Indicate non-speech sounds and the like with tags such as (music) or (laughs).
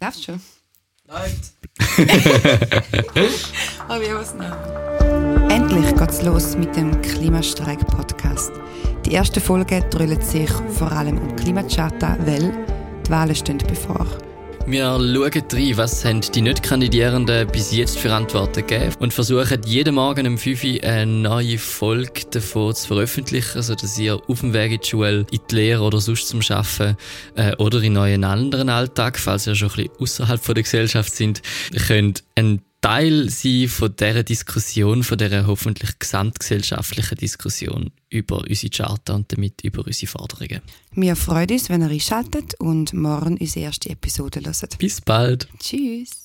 Darfst schon. (laughs) Läuft. Aber ich was Endlich geht's los mit dem Klimastreik-Podcast. Die erste Folge dreht sich vor allem um Klimacharta, weil die Wahlen stehen bevor. Wir schauen rein, was haben die Nicht-Kandidierenden bis jetzt für Antworten gegeben und versuchen jeden Morgen um 5 Uhr eine neue Folge davon zu veröffentlichen, sodass ihr auf dem Weg in die Schule, in die Lehre oder sonst zum Arbeiten äh, oder in euren anderen Alltag, falls ihr schon ein bisschen außerhalb von der Gesellschaft sind, könnt ein Teil sein von dieser Diskussion, von dieser hoffentlich gesamtgesellschaftlichen Diskussion über unsere Charta und damit über unsere Forderungen. Wir freuen uns, wenn ihr einschaltet und morgen unsere erste Episode hört. Bis bald! Tschüss!